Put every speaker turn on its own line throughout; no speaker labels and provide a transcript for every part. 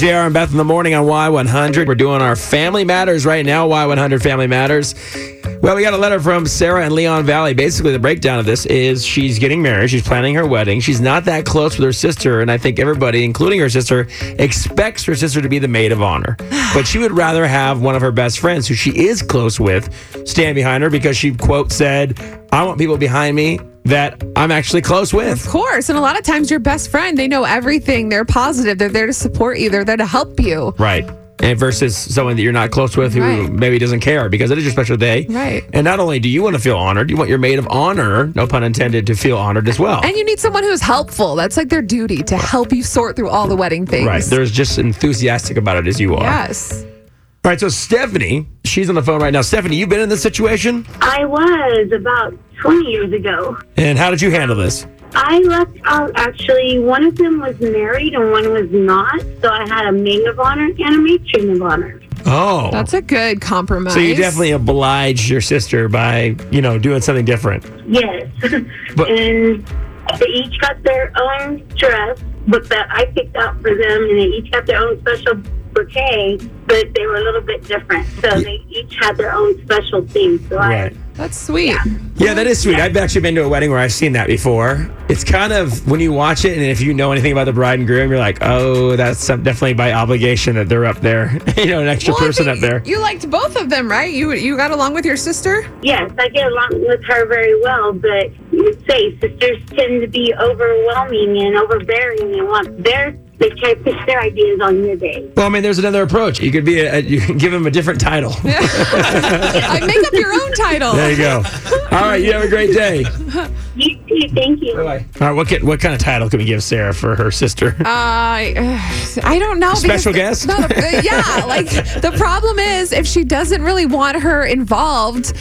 JR and Beth in the morning on Y100. We're doing our family matters right now, Y100 Family Matters. Well, we got a letter from Sarah and Leon Valley. Basically, the breakdown of this is she's getting married, she's planning her wedding, she's not that close with her sister, and I think everybody, including her sister, expects her sister to be the maid of honor. But she would rather have one of her best friends, who she is close with, stand behind her because she, quote, said, I want people behind me that I'm actually close with.
Of course. And a lot of times, your best friend, they know everything. They're positive. They're there to support you. They're there to help you.
Right. And versus someone that you're not close with who
Right.
maybe doesn't care because it is your special day.
Right.
And not only do you want to feel honored, you want your maid of honor, no pun intended, to feel honored as well.
And you need someone who's helpful. That's like their duty to help you sort through all the wedding things.
Right. They're as just enthusiastic about it as you are.
yes.
All right. So, Stephanie, she's on the phone right now. Stephanie, you've been in this situation?
I was about 20 years ago.
And how did you handle this?
I left out actually, one of them was married and one was not. So I had a maid of honor and a matron of honor.
Oh.
That's a good compromise.
so, you definitely obliged your sister by, you know, doing something different.
Yes.
But-
and they each got their own dress, but that I picked out for them, and they each got their own special bouquet, but they were a little bit different. So they each had their own special thing. So I.
That's sweet.
Yeah, that is sweet. I've actually been to a wedding where I've seen that before. It's kind of when you watch it, and if you know anything about the bride and groom, you're like, oh, that's some, definitely by obligation that they're up there. you know, an extra
Well, I
person up
think
there.
You liked both of them, right? You you got along with your sister?
Yes, I get along with her very well, but you would say sisters tend to be overwhelming and overbearing and want their they try to push their ideas on your day.
Well, I mean, there's another approach. You could be a, you could give them a different title.
I make up your own title.
there you go. All right, you have a great day.
You too, thank you.
Bye. All right, what can, what kind of title can we give Sarah for her sister?
Uh, I don't know. because-
Special guest?
No, the- yeah, like the problem is if she doesn't really want her involved,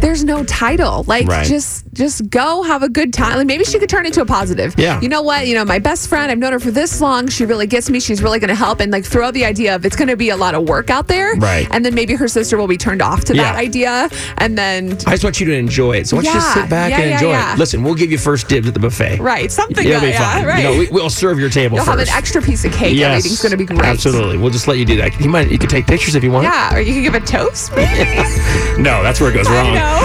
there's no title. Like
Right.
just just go have a good time. Like, maybe she could turn it to a positive.
Yeah.
You know what? You know my best friend. I've known her for this long. She really gets me. She's really going to help and like throw out the idea of it's going to be a lot of work out there.
Right.
And then maybe her sister will be turned off to that
Yeah.
idea. And then
I just want you to enjoy it. So I want you to
Yeah,
sit back
yeah,
and
yeah,
enjoy
yeah.
it. Listen, we'll give you first dibs at the buffet.
right something.
It'll be
like- yeah,
fine.
Right.
You know, we, we'll serve your table
You'll
first.
have an extra piece of cake.
Yes,
Everything's going to be great.
Absolutely. We'll just let you do that. You might you could take pictures if you want.
Yeah, or you can give a toast, maybe.
No, that's where it goes
I
wrong.
know.